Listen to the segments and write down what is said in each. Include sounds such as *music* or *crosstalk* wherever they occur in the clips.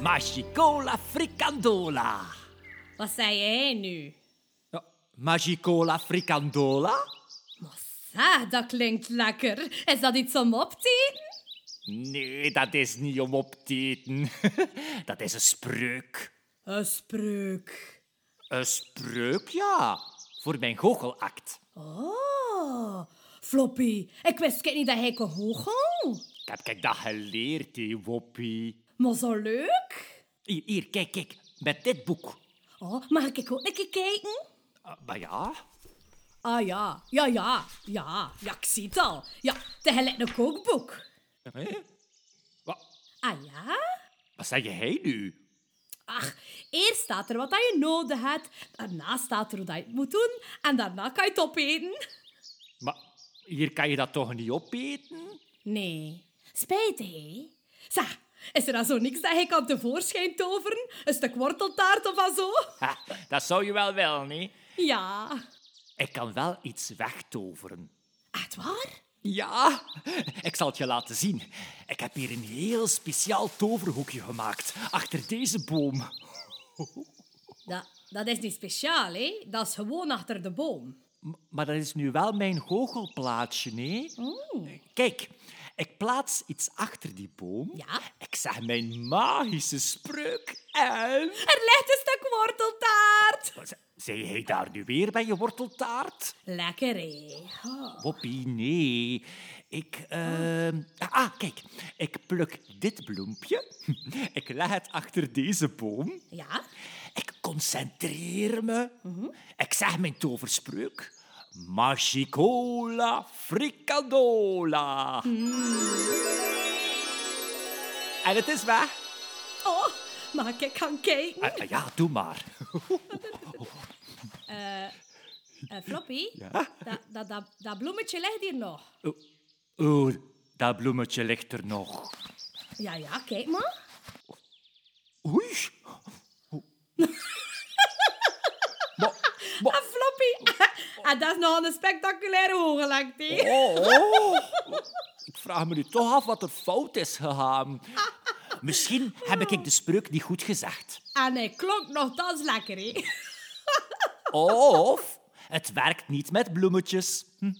Magicola fricandola. Wat zei jij nu? Ja, Magicola fricandola? Massa, dat klinkt lekker. Is dat iets om op te eten? Nee, dat is niet om op te eten. *laughs* dat is een spreuk. Een spreuk. Een spreuk, ja. Voor mijn goochelact. Oh, Floppy, ik wist kijk niet dat hij kon goochelen. Ik heb kijk, dat geleerd, hé, Woppie. Maar zo leuk. Hier, hier, kijk, kijk. Met dit boek. Oh, mag ik ook een keer kijken? Ah, maar ja, Ah ja, ja, ja, ja, ja, ik zie het al. Ja, het is gelijk een kookboek. Hé? Wat, Ah ja? wat zeg jij nu? Ach, eerst staat er wat dat je nodig hebt, daarna staat er hoe dat je het moet doen en daarna kan je het opeten. Maar hier kan je dat toch niet opeten? Nee, spijtig hè? Zeg, is er dan zo niks dat je kan tevoorschijn toveren? Een stuk worteltaart of zo? Ha, dat zou je wel wel, nee? Ja. Ik kan wel iets wegtoveren. Echt waar? Ja, ik zal het je laten zien. Ik heb hier een heel speciaal toverhoekje gemaakt, achter deze boom. Dat, dat is niet speciaal hè? Dat is gewoon achter de boom. M- maar dat is nu wel mijn goochelplaatsje, nee? Kijk, ik plaats iets achter die boom. Ja? Ik zeg mijn magische spreuk en... Er ligt een stuk worteltaart. Z- Zei hij daar nu weer bij je worteltaart? Lekker hè? Oh. Woppie, nee. Ik, eh, Ah, kijk. Ik pluk dit bloempje. *laughs* Ik leg het achter deze boom. Ja? Ik concentreer me. Ik zeg mijn toverspreuk. Magicola fricadola. En het is weg. Oh, mag ik gaan kijken? Ah, ah, ja, doe maar. Eh, Floppy, dat, dat, dat, dat bloemetje ligt hier nog. Oeh, dat bloemetje ligt er nog. Ja, ja, kijk maar. Oei. maar, Ah, Floppy. *laughs* en dat is nogal een spectaculaire hogelakt, hè? oh, ik vraag me nu toch af wat er fout is gegaan. Misschien heb ik de spreuk niet goed gezegd. En hij Ah, klonk nog, dat is lekker, hè? Of het werkt niet met bloemetjes. Hm.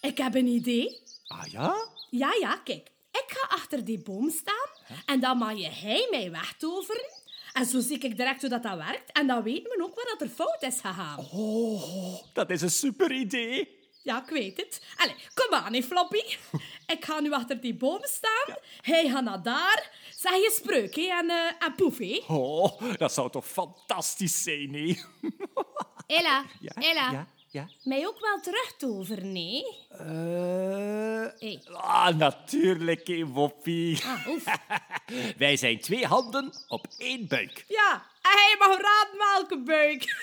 Ik heb een idee. Ah ja? Ja, ja, kijk. Ik ga achter die boom staan en dan mag je hij mij wegtoveren. En zo zie ik direct hoe dat, dat werkt. En dan weet men ook wat dat er fout is gegaan. Oh, Dat is een super idee. Ja, ik weet het. Allee, kom aan, hè, Floppy. *laughs* Ik ga nu achter die boom staan. Hij gaat naar daar. Zeg je spreuk, hè? En, eh en poef, hè? Oh, dat zou toch fantastisch zijn, nee? Ella, Ella. Ja, ja. Mij ook wel terugtoveren, nee? Eh, Hey. Ah, natuurlijk, hé, Woppie. Ah, oef. Wij zijn twee handen op één buik. *laughs* Ja, en hij mag raad welke *laughs* buik.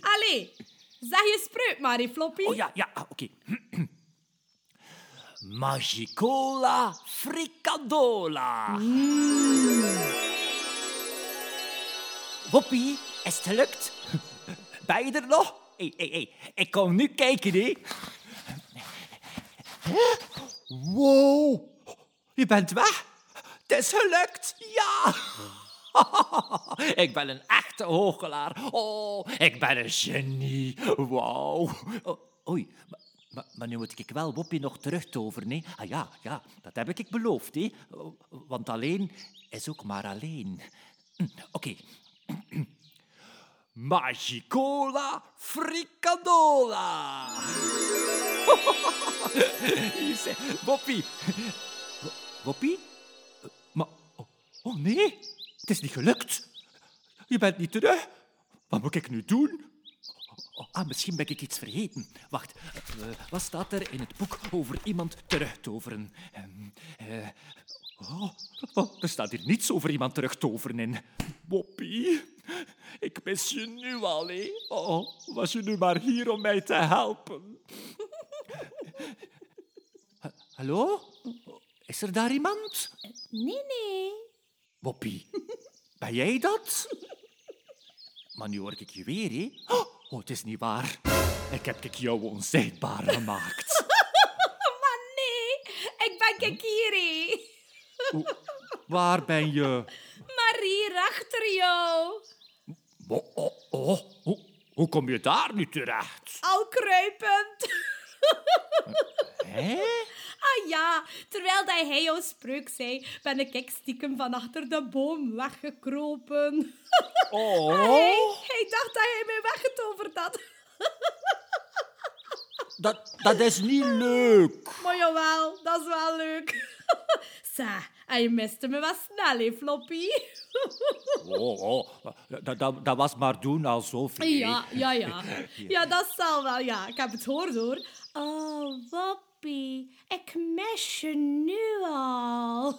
Allee, zeg je spreuk maar, hè, Floppy. Oh ja, ja, ah, oké. *clears throat* Magicola fricadola. Hmm. Woppie, is het gelukt? *laughs* Ben je er nog? Hé, hé, hé, ik kom nu kijken, hé. Wow, je bent weg. Het is gelukt, ja. Ik ben een echte hoogelaar. Oh, ik ben een genie. Wauw. O- Oei, maar, maar, maar nu moet ik wel Woppie nog terugtoveren, nee? Ah ja, ja, dat heb ik beloofd, hè. Oh, Want alleen is ook maar alleen. Hm, Oké. *clears throat* Magicola fricadola. *laughs* Hier zijn- Woppie. Wo- Woppie? Eh, Maar... oh, Oh nee, het is niet gelukt. Je bent niet terug. Wat moet ik nu doen? Oh, ah, misschien ben ik iets vergeten. Wacht, eh, wat staat er in het boek over iemand terugtoveren? Ehm, eh, oh, oh, er staat hier niets over iemand terugtoveren in. Boppie, ik mis je nu al, hè? Oh, was je nu maar hier om mij te helpen? Ha- *laughs* Hallo? Is er daar iemand? Nee, *laughs* nee. Woppie, ben jij dat? Maar nu hoor ik je weer, hè? Oh, het is niet waar. Ik heb ik jou onzichtbaar gemaakt. Maar nee, ik ben kijk hier, hè. Oeh, waar ben je? Maar hier achter jou. Mo- oh, oh, hoe, hoe kom je daar nu terecht? Al kruipend. *laughs* Hé? Ah ja, terwijl dat hij jouw spreuk zei, ben ik stiekem van achter de boom weggekropen. Hij, Oh, hij dacht dat hij mij weggetoverd had. dat, dat is niet leuk. Maar jawel, dat is wel leuk. *laughs* Sa, en je miste me wat snel, hè, Floppy? Oh, oh, dat, dat, dat was maar doen alsof je... Ja, ja, *laughs* ja. Ja, dat zal wel, ja. Ik heb het hoor, hoor. Oh, Woppie, ik mis je nu al. *laughs*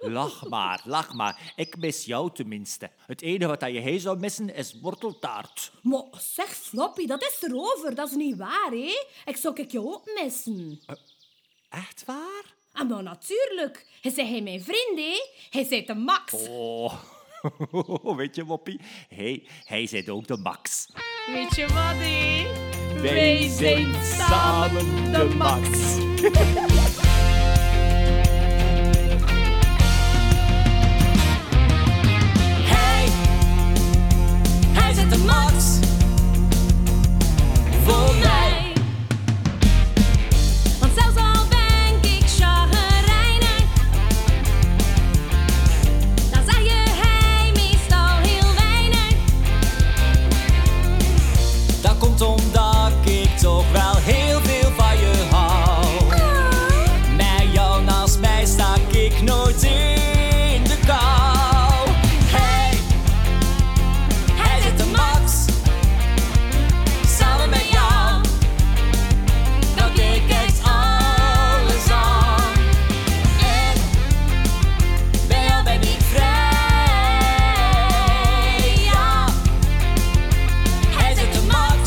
Lach maar, lach maar. Ik mis jou tenminste. Het enige wat dat je hij zou missen is worteltaart. Maar zeg, Floppy, dat is erover. Dat is niet waar, hè? Ik zou ik je ook missen. Echt waar? Ah, maar natuurlijk. Hij zei hij mijn vriend, hè? Hij zei de max. Oh, *laughs* weet je, Woppie? Hey, hij zit ook de max. Weet je wat, hè? Wij zijn samen de max. Hey, hij zet de max voor mij. Want zelfs al ben ik chagrijnig, dan zei je hij meestal heel weinig. Dat komt omdat ik toch wel heel veel van je hou. Met jou naast mij sta ik nooit in de kou. Hey, Hij zet de max samen met jou, dat ik echt alles aan. en bij jou ben ik vrij. Ja, Hij zet de max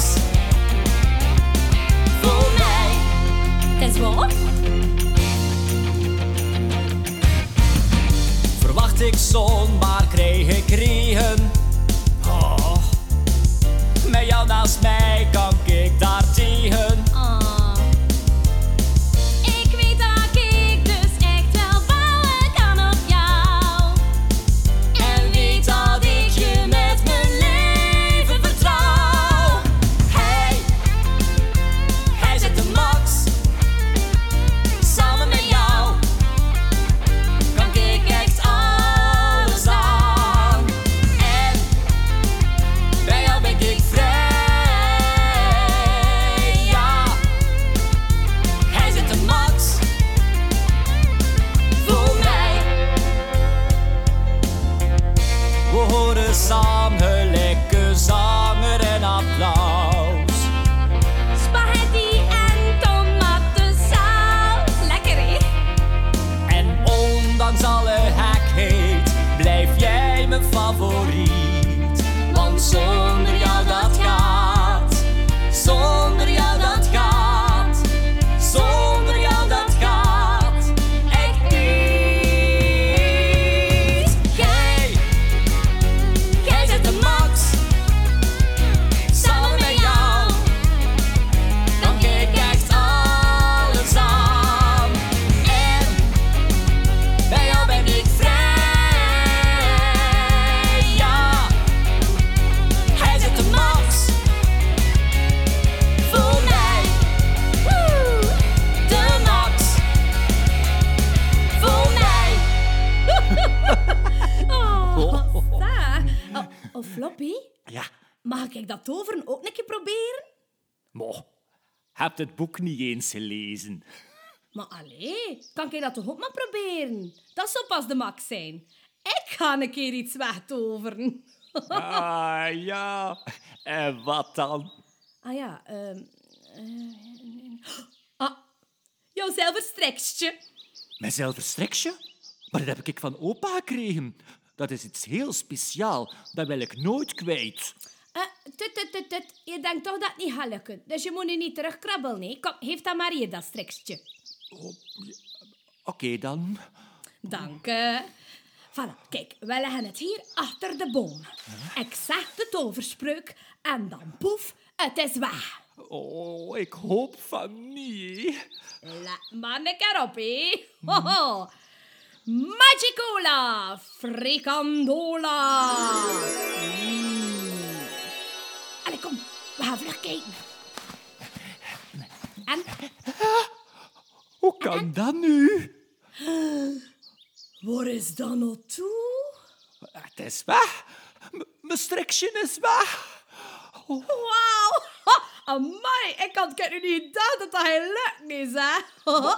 voor mij. Het is wel op. verwacht ik zon, maar kreeg ik regen. Oh, met jou naast mij kan ik daar tegen. Ah. Ik weet dat ik dus echt wel bouwen kan op jou. En weet dat ik je met mijn leven vertrouw. Hey, Hij zet de max. samen met jou kan ik echt alles aan. En bij jou ben ik vrij. Ja, hij zit de max voor mij. We horen samen lekker zanger en applaus. Spaghetti en tomatensaus. Lekker, hè? En ondanks alle hekheid blijf jij mijn favoriet. Want zonder jou dat gaat, zonder jou dat gaat, zonder jou dat gaat, echt niet. Jij, jij zet de max, samen met jou, dan kijk echt alles aan. En bij jou ben ik vrij. Ja, hij zet de max voor mij. Woe, de max voor mij. *laughs* *laughs* Oh, Sa. Oh, oh, Floppy, Ja, mag ik dat toveren ook een keer proberen? mo. Heb het boek niet eens gelezen. Maar allee, kan ik dat toch ook maar proberen? Dat zou pas de max zijn. Ik ga een keer iets wegtoveren. Ah, ja. En wat dan? Ah ja, ehm... eh, ah, jouw zilverstrekstje. Mijn zilverstreksje? Maar dat heb ik van opa gekregen. Dat is iets heel speciaal. Dat wil ik nooit kwijt. Eh, tut, tut, tut, tut. Je denkt toch dat het niet gaat lukken. Dus je moet nu niet terugkrabbelen, nee. Kom, geef dat maar hier, dat strekstje. Oké dan. Dank je. Voilà, kijk, we leggen het hier achter de boom. Ik zeg de toverspreuk en dan poef, het is weg. Oh, ik hoop van niet. *laughs* Laat maar een keer op, hé. Hoho. Oh, Magicola, frikandola. Mm. Allee, kom, we gaan vlug kijken. En Hoe kan dat nu? waar is dat nou toe? Het is weg. M- Mijn strikje is weg. Wauw! *laughs* Ha, Amai, ik had het nu niet gedacht dat dat heel leuk is, hè?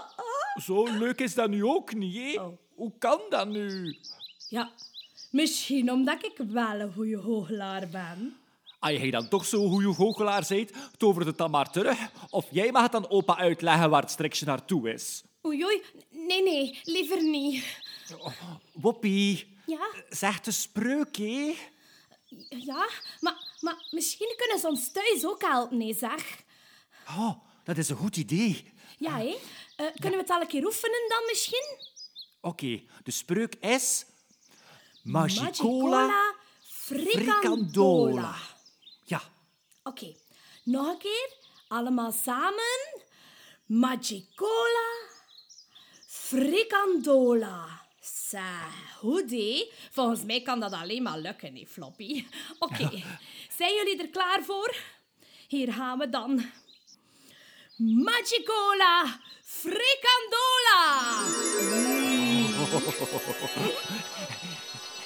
*laughs* Zo leuk is dat nu ook niet, hè? Oh. Hoe kan dat nu? Ja, misschien omdat ik wel een goede hooglaar ben. Als jij dan toch zo'n goede goochelaar bent, tover het dan maar terug. Of jij mag het aan opa uitleggen waar het strikje naartoe is. Oei, oei. Nee, nee, liever niet. Woppie, Ja, zeg de spreuk, hè? ja, maar, maar misschien kunnen ze ons thuis ook helpen, nee, zeg. Oh, dat is een goed idee. Ja, hé. Eh, kunnen we het al een keer oefenen dan misschien? Oké, de spreuk is... Magicola, Magicola, fricandola. fricandola. Ja, Oké, nog een keer. Allemaal samen. Magicola, fricandola. Sa, goed hé. Volgens mij kan dat alleen maar lukken, hè, Floppy. *laughs* Oké, zijn jullie er klaar voor? Hier gaan we dan. Magicola, fricandola.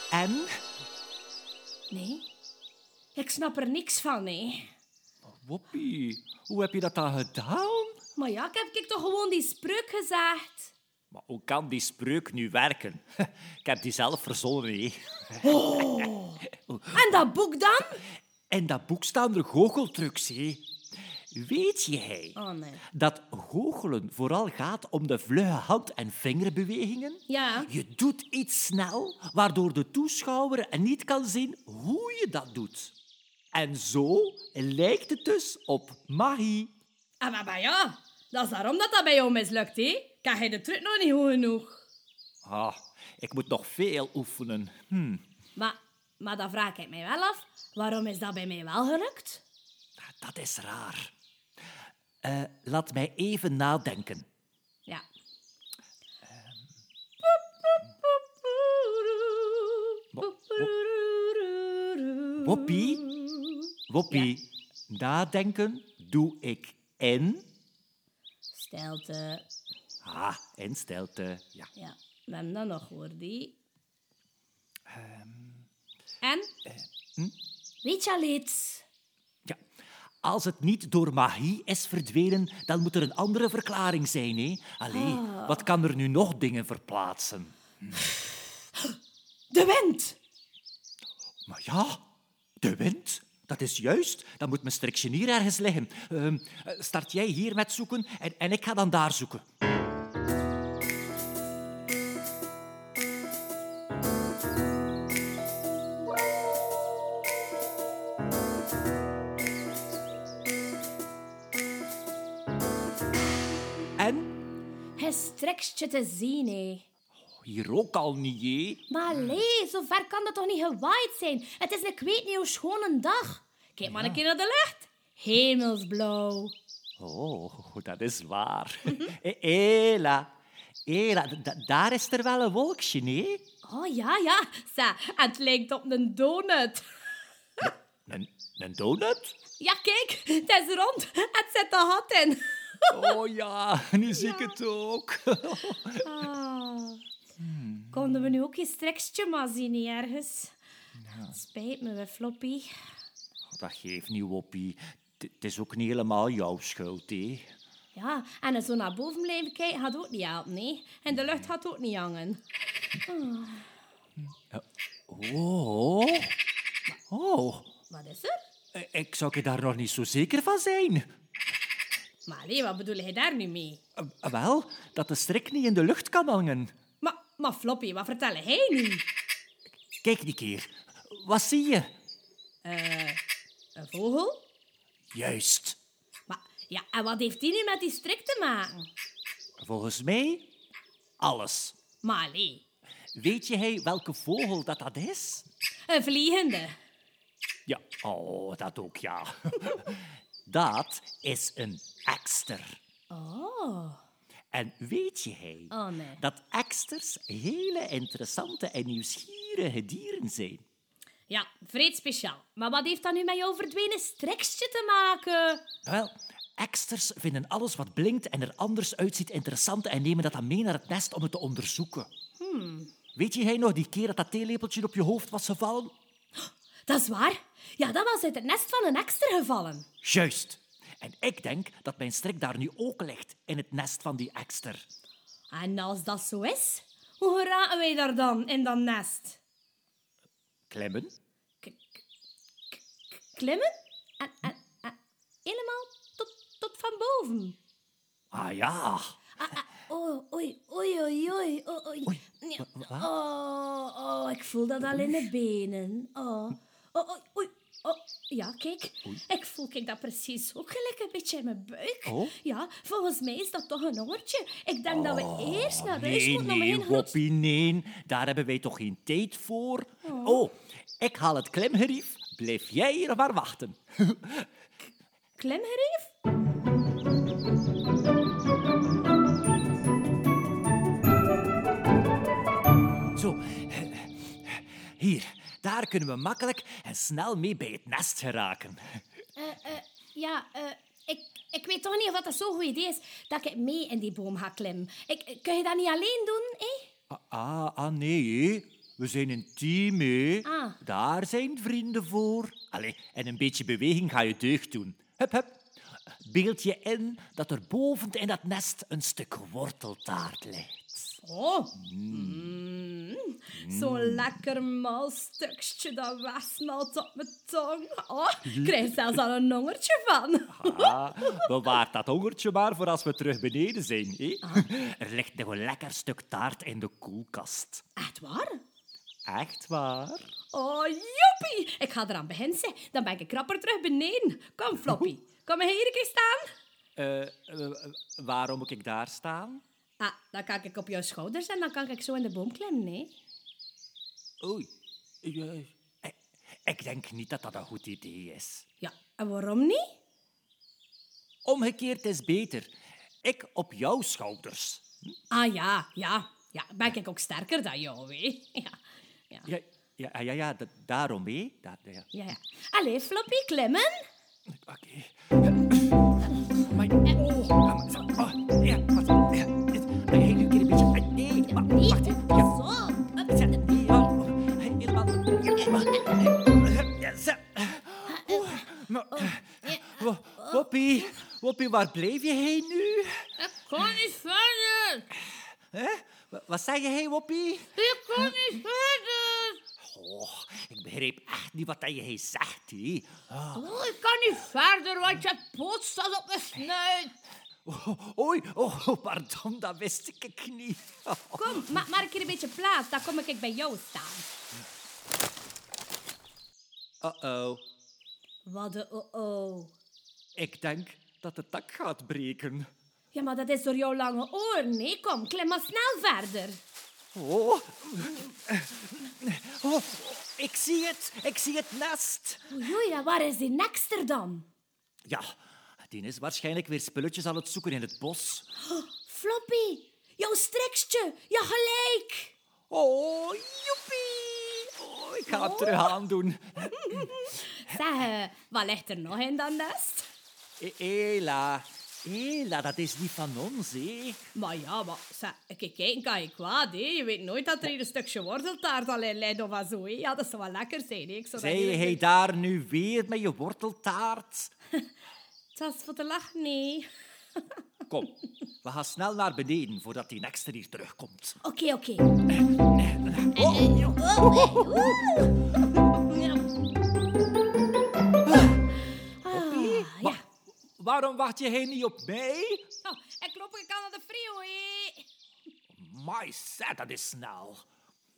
en... Nee, ik snap er niks van, hè. Woppie, hoe heb je dat dan gedaan? Maar ja, ik heb ik toch gewoon die spreuk gezegd? Maar hoe kan die spreuk nu werken? *laughs* Ik heb die zelf verzonnen, hè. En dat boek dan? In dat boek staan er goocheltrucs, hè. Weet jij Oh nee. dat goochelen vooral gaat om de vlugge hand- en vingerbewegingen? Ja. Je doet iets snel, waardoor de toeschouwer niet kan zien hoe je dat doet. En zo lijkt het dus op magie. Ah, maar, maar ja, dat is daarom dat dat bij jou mislukt, hè? Kan jij de truc nog niet goed genoeg? Ah, ik moet nog veel oefenen. Maar, maar dan vraag ik mij wel af, waarom is dat bij mij wel gelukt? Dat is raar. Eh, laat mij even nadenken. Ja. Wo- Woppie, Woppie, nadenken doe ik in... Stelte. Ah, in stilte. Ja. Ja, we hebben dat nog, hoor, die. En? Weet je al iets? Ja. Als het niet door magie is verdwenen, dan moet er een andere verklaring zijn. Hè? Allee, wat kan er nu nog dingen verplaatsen? De wind! Maar ja, de wind. Dat is juist. Dan moet mijn strikje hier ergens liggen. Ehm, eh, start jij hier met zoeken en, en ik ga dan daar zoeken. En Oh, Hij strekt je te zien, hé. hier ook al niet, hè? Maar nee, zo ver kan dat toch niet gewaaid zijn? Het is een ik weet niet hoe schone dag. Kijk maar een keer naar de lucht. Hemelsblauw. Oh, dat is waar. Eh, Ela, Ela, da- daar is er wel een wolkje, nee? Oh ja, ja. Sa, het lijkt op een donut. Een, een donut? Ja, kijk, het is rond. Het zit een gat in. Oh ja, nu zie ik het ook. *laughs* Hmm. Konden we nu ook je strekstje maar zien niet ergens? Het Spijt me, we floppy. Dat geeft niet, Woppie. Het- Het is ook niet helemaal jouw schuld, hè? Ja, en zo naar boven blijven kijken gaat ook niet helpen, nee. En de lucht gaat ook niet hangen. Oh, oh, Wat is er? eh, ik zou je daar nog niet zo zeker van zijn. Maar nee, wat bedoel je daar nu mee? Eh, Wel, dat de strik niet in de lucht kan hangen. Maar, maar floppy, wat vertel jij nu? Kijk die keer. Wat zie je? Een vogel? Juist. Maar, ja, en wat heeft die nu met die strik te maken? Volgens mij alles. Maar nee, Weet jij welke vogel dat, dat is? een vliegende. Ja, oh, dat ook, ja. *laughs* dat is een ekster. Oh. En weet je hij Oh, nee. dat eksters hele interessante en nieuwsgierige dieren zijn? Ja, vreed speciaal. Maar wat heeft dat nu met jouw verdwenen strekstje te maken? Wel, eksters vinden alles wat blinkt en er anders uitziet interessant en nemen dat dan mee naar het nest om het te onderzoeken. Hmm. Weet je hij nog die keer dat dat theelepeltje op je hoofd was gevallen? Dat is waar. Ja, dat was uit het nest van een ekster gevallen. Juist. En ik denk dat mijn strik daar nu ook ligt, in het nest van die ekster. En als dat zo is, hoe geraken wij daar dan in dat nest? Klemmen? K- k- k- klimmen? En, en, en helemaal tot, tot van boven. Ah ja. Ah, ah, oei, oei, oei, oei, oei, oei, oei. Oei, Ja. wa- wa- Oh, oh, ik voel dat al in de benen. Oh, oh, oei, oei. Oh, ja, kijk. Ik voel kijk, dat precies ook gelijk een beetje in mijn buik. Oh. Ja, volgens mij is dat toch een oortje. Ik denk dat we eerst naar huis Oh, Nee, moeten om nee, een groot... Woppie, nee. Daar hebben wij toch geen tijd voor? Oh, ik haal het klemgerief. Blijf jij hier maar wachten. *laughs* Klemgerief? Zo, hier. Daar kunnen we makkelijk en snel mee bij het nest geraken. Ja, eh, ik, ik weet toch niet of dat een zo'n goed idee is dat ik mee in die boom ga klimmen. Ik, eh, kun je dat niet alleen doen, hè? Ah, ah, ah, nee, hè. we zijn een team, hè. Ah. Daar zijn vrienden voor. Allee, en een beetje beweging ga je deugd doen. Hup, hup. Beeld je in dat er boven in dat nest een stuk worteltaart ligt. Oh. Mm. Zo'n lekker mal stukje dat wegsmelt op mijn tong. Oh, ik krijg zelfs al een hongertje van. Ah, bewaar dat hongertje maar voor als we terug beneden zijn. Hè? Er ligt nog een lekker stuk taart in de koelkast. Echt waar? Echt waar? Oh, joepie. Ik ga eraan beginnen, zeg. Dan ben ik krapper terug beneden. Kom, Floppy. Kom maar hier een keer staan. Eh, eh, waarom moet ik daar staan? Ah, dan kan ik op jouw schouders en dan kan ik zo in de boom klimmen, hè. Oei. Ja, ik- eh, Ik denk niet dat dat een goed idee is. Ja, en waarom niet? Omgekeerd is beter. Ik op jouw schouders. Ah, ja, ja. Ja, ben ik ook sterker dan jou, hè. Ja, ja. Ja, ja, ah, ja, ja, ja, da- daarom, hé. Da- da- ja. ja, ja. Allee, Floppy, klimmen. Oké. Mijn oog. Oh, ja, wat? Ja, dit- Hij heeft nu een keer een beetje... Ah, Nee, wa- Nee, wacht. hè. Ja. pas op. Hup, Ja, ja, oh, helemaal- ja, maar- ja, zo. Oeh, maar- Wo- Woppie, Woppie, waar bleef je heen nu? Ik kon niet verder. Hè? Wa- Wat zei je, hey, Woppie? Ik kon niet verder. Oh, ik begreep echt niet wat dat je hier zegt, hé. Oh, ik kan niet verder, want je poot staat op mijn snuit. Oh, oei, oh, pardon, dat wist ik niet. Kom, maak maar een keer een beetje plaats. Dan kom ik bij jou staan. Uh-oh, Wat oh, een oh-oh. ik denk dat de tak gaat breken. Ja, maar dat is door jouw lange oren. Nee, kom, klim maar snel verder. Oh. oh, ik zie het, ik zie het nest. Oei, oei, en waar is die nekster dan? Ja, die is waarschijnlijk weer spulletjes aan het zoeken in het bos. Floppy, jouw strekstje, je gelijk. Oh, joepie! Oh, ik ga hem terug aandoen. Zeg, eh, wat ligt er nog in dat nest? E- Ela, Ela, dat is niet van ons, hé. Maar ja, maar zeg, kijk, kijken kan je kwaad, hè. Je weet nooit dat er hier een stukje worteltaart al in lijdt of wat zo, hè. Ja, dat zou wel lekker zijn, hè. Ik zou dat Zij eerlijk hij niet- daar nu weer met je worteltaart? Dat is voor de lach, nee. Kom, we gaan snel naar beneden voordat die nekster hier terugkomt. Oké, oké. Eh, eh, oh, eh, oeh. Ja. Ah, Oh. ja. Waarom wacht je hij niet op mij? Oh, en klop ik aan de frio, hè. My set, dat is snel.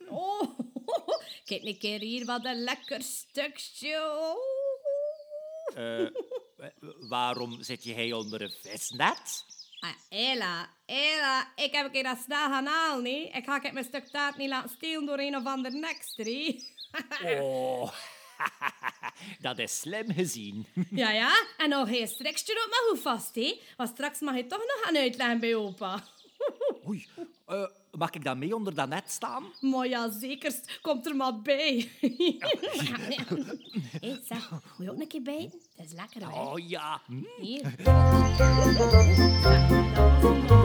Oh, *laughs* kijk een keer hier, wat een lekker stukje. Oh. Eh, Waarom zit je hij onder een visnet? Ah, Ella, Ella, ik heb een keer dat snel gaan halen, hè. Ik ga kijk mijn stuk taart niet laten stelen door een of ander nekster, hè. Oh, *laughs* dat is slim gezien. ja, ja, en nog geen strekje op mijn hoef vast, hè. Want straks mag je toch nog gaan uitleggen bij opa. Oei. Eh, mag ik dan mee onder dat net staan? Maar ja, zekerst. Komt er maar bij. Eet, zeg, moet je ook een keer bijten? Dat is lekker, hè? Oh ja. Hm. Hier. Dat was een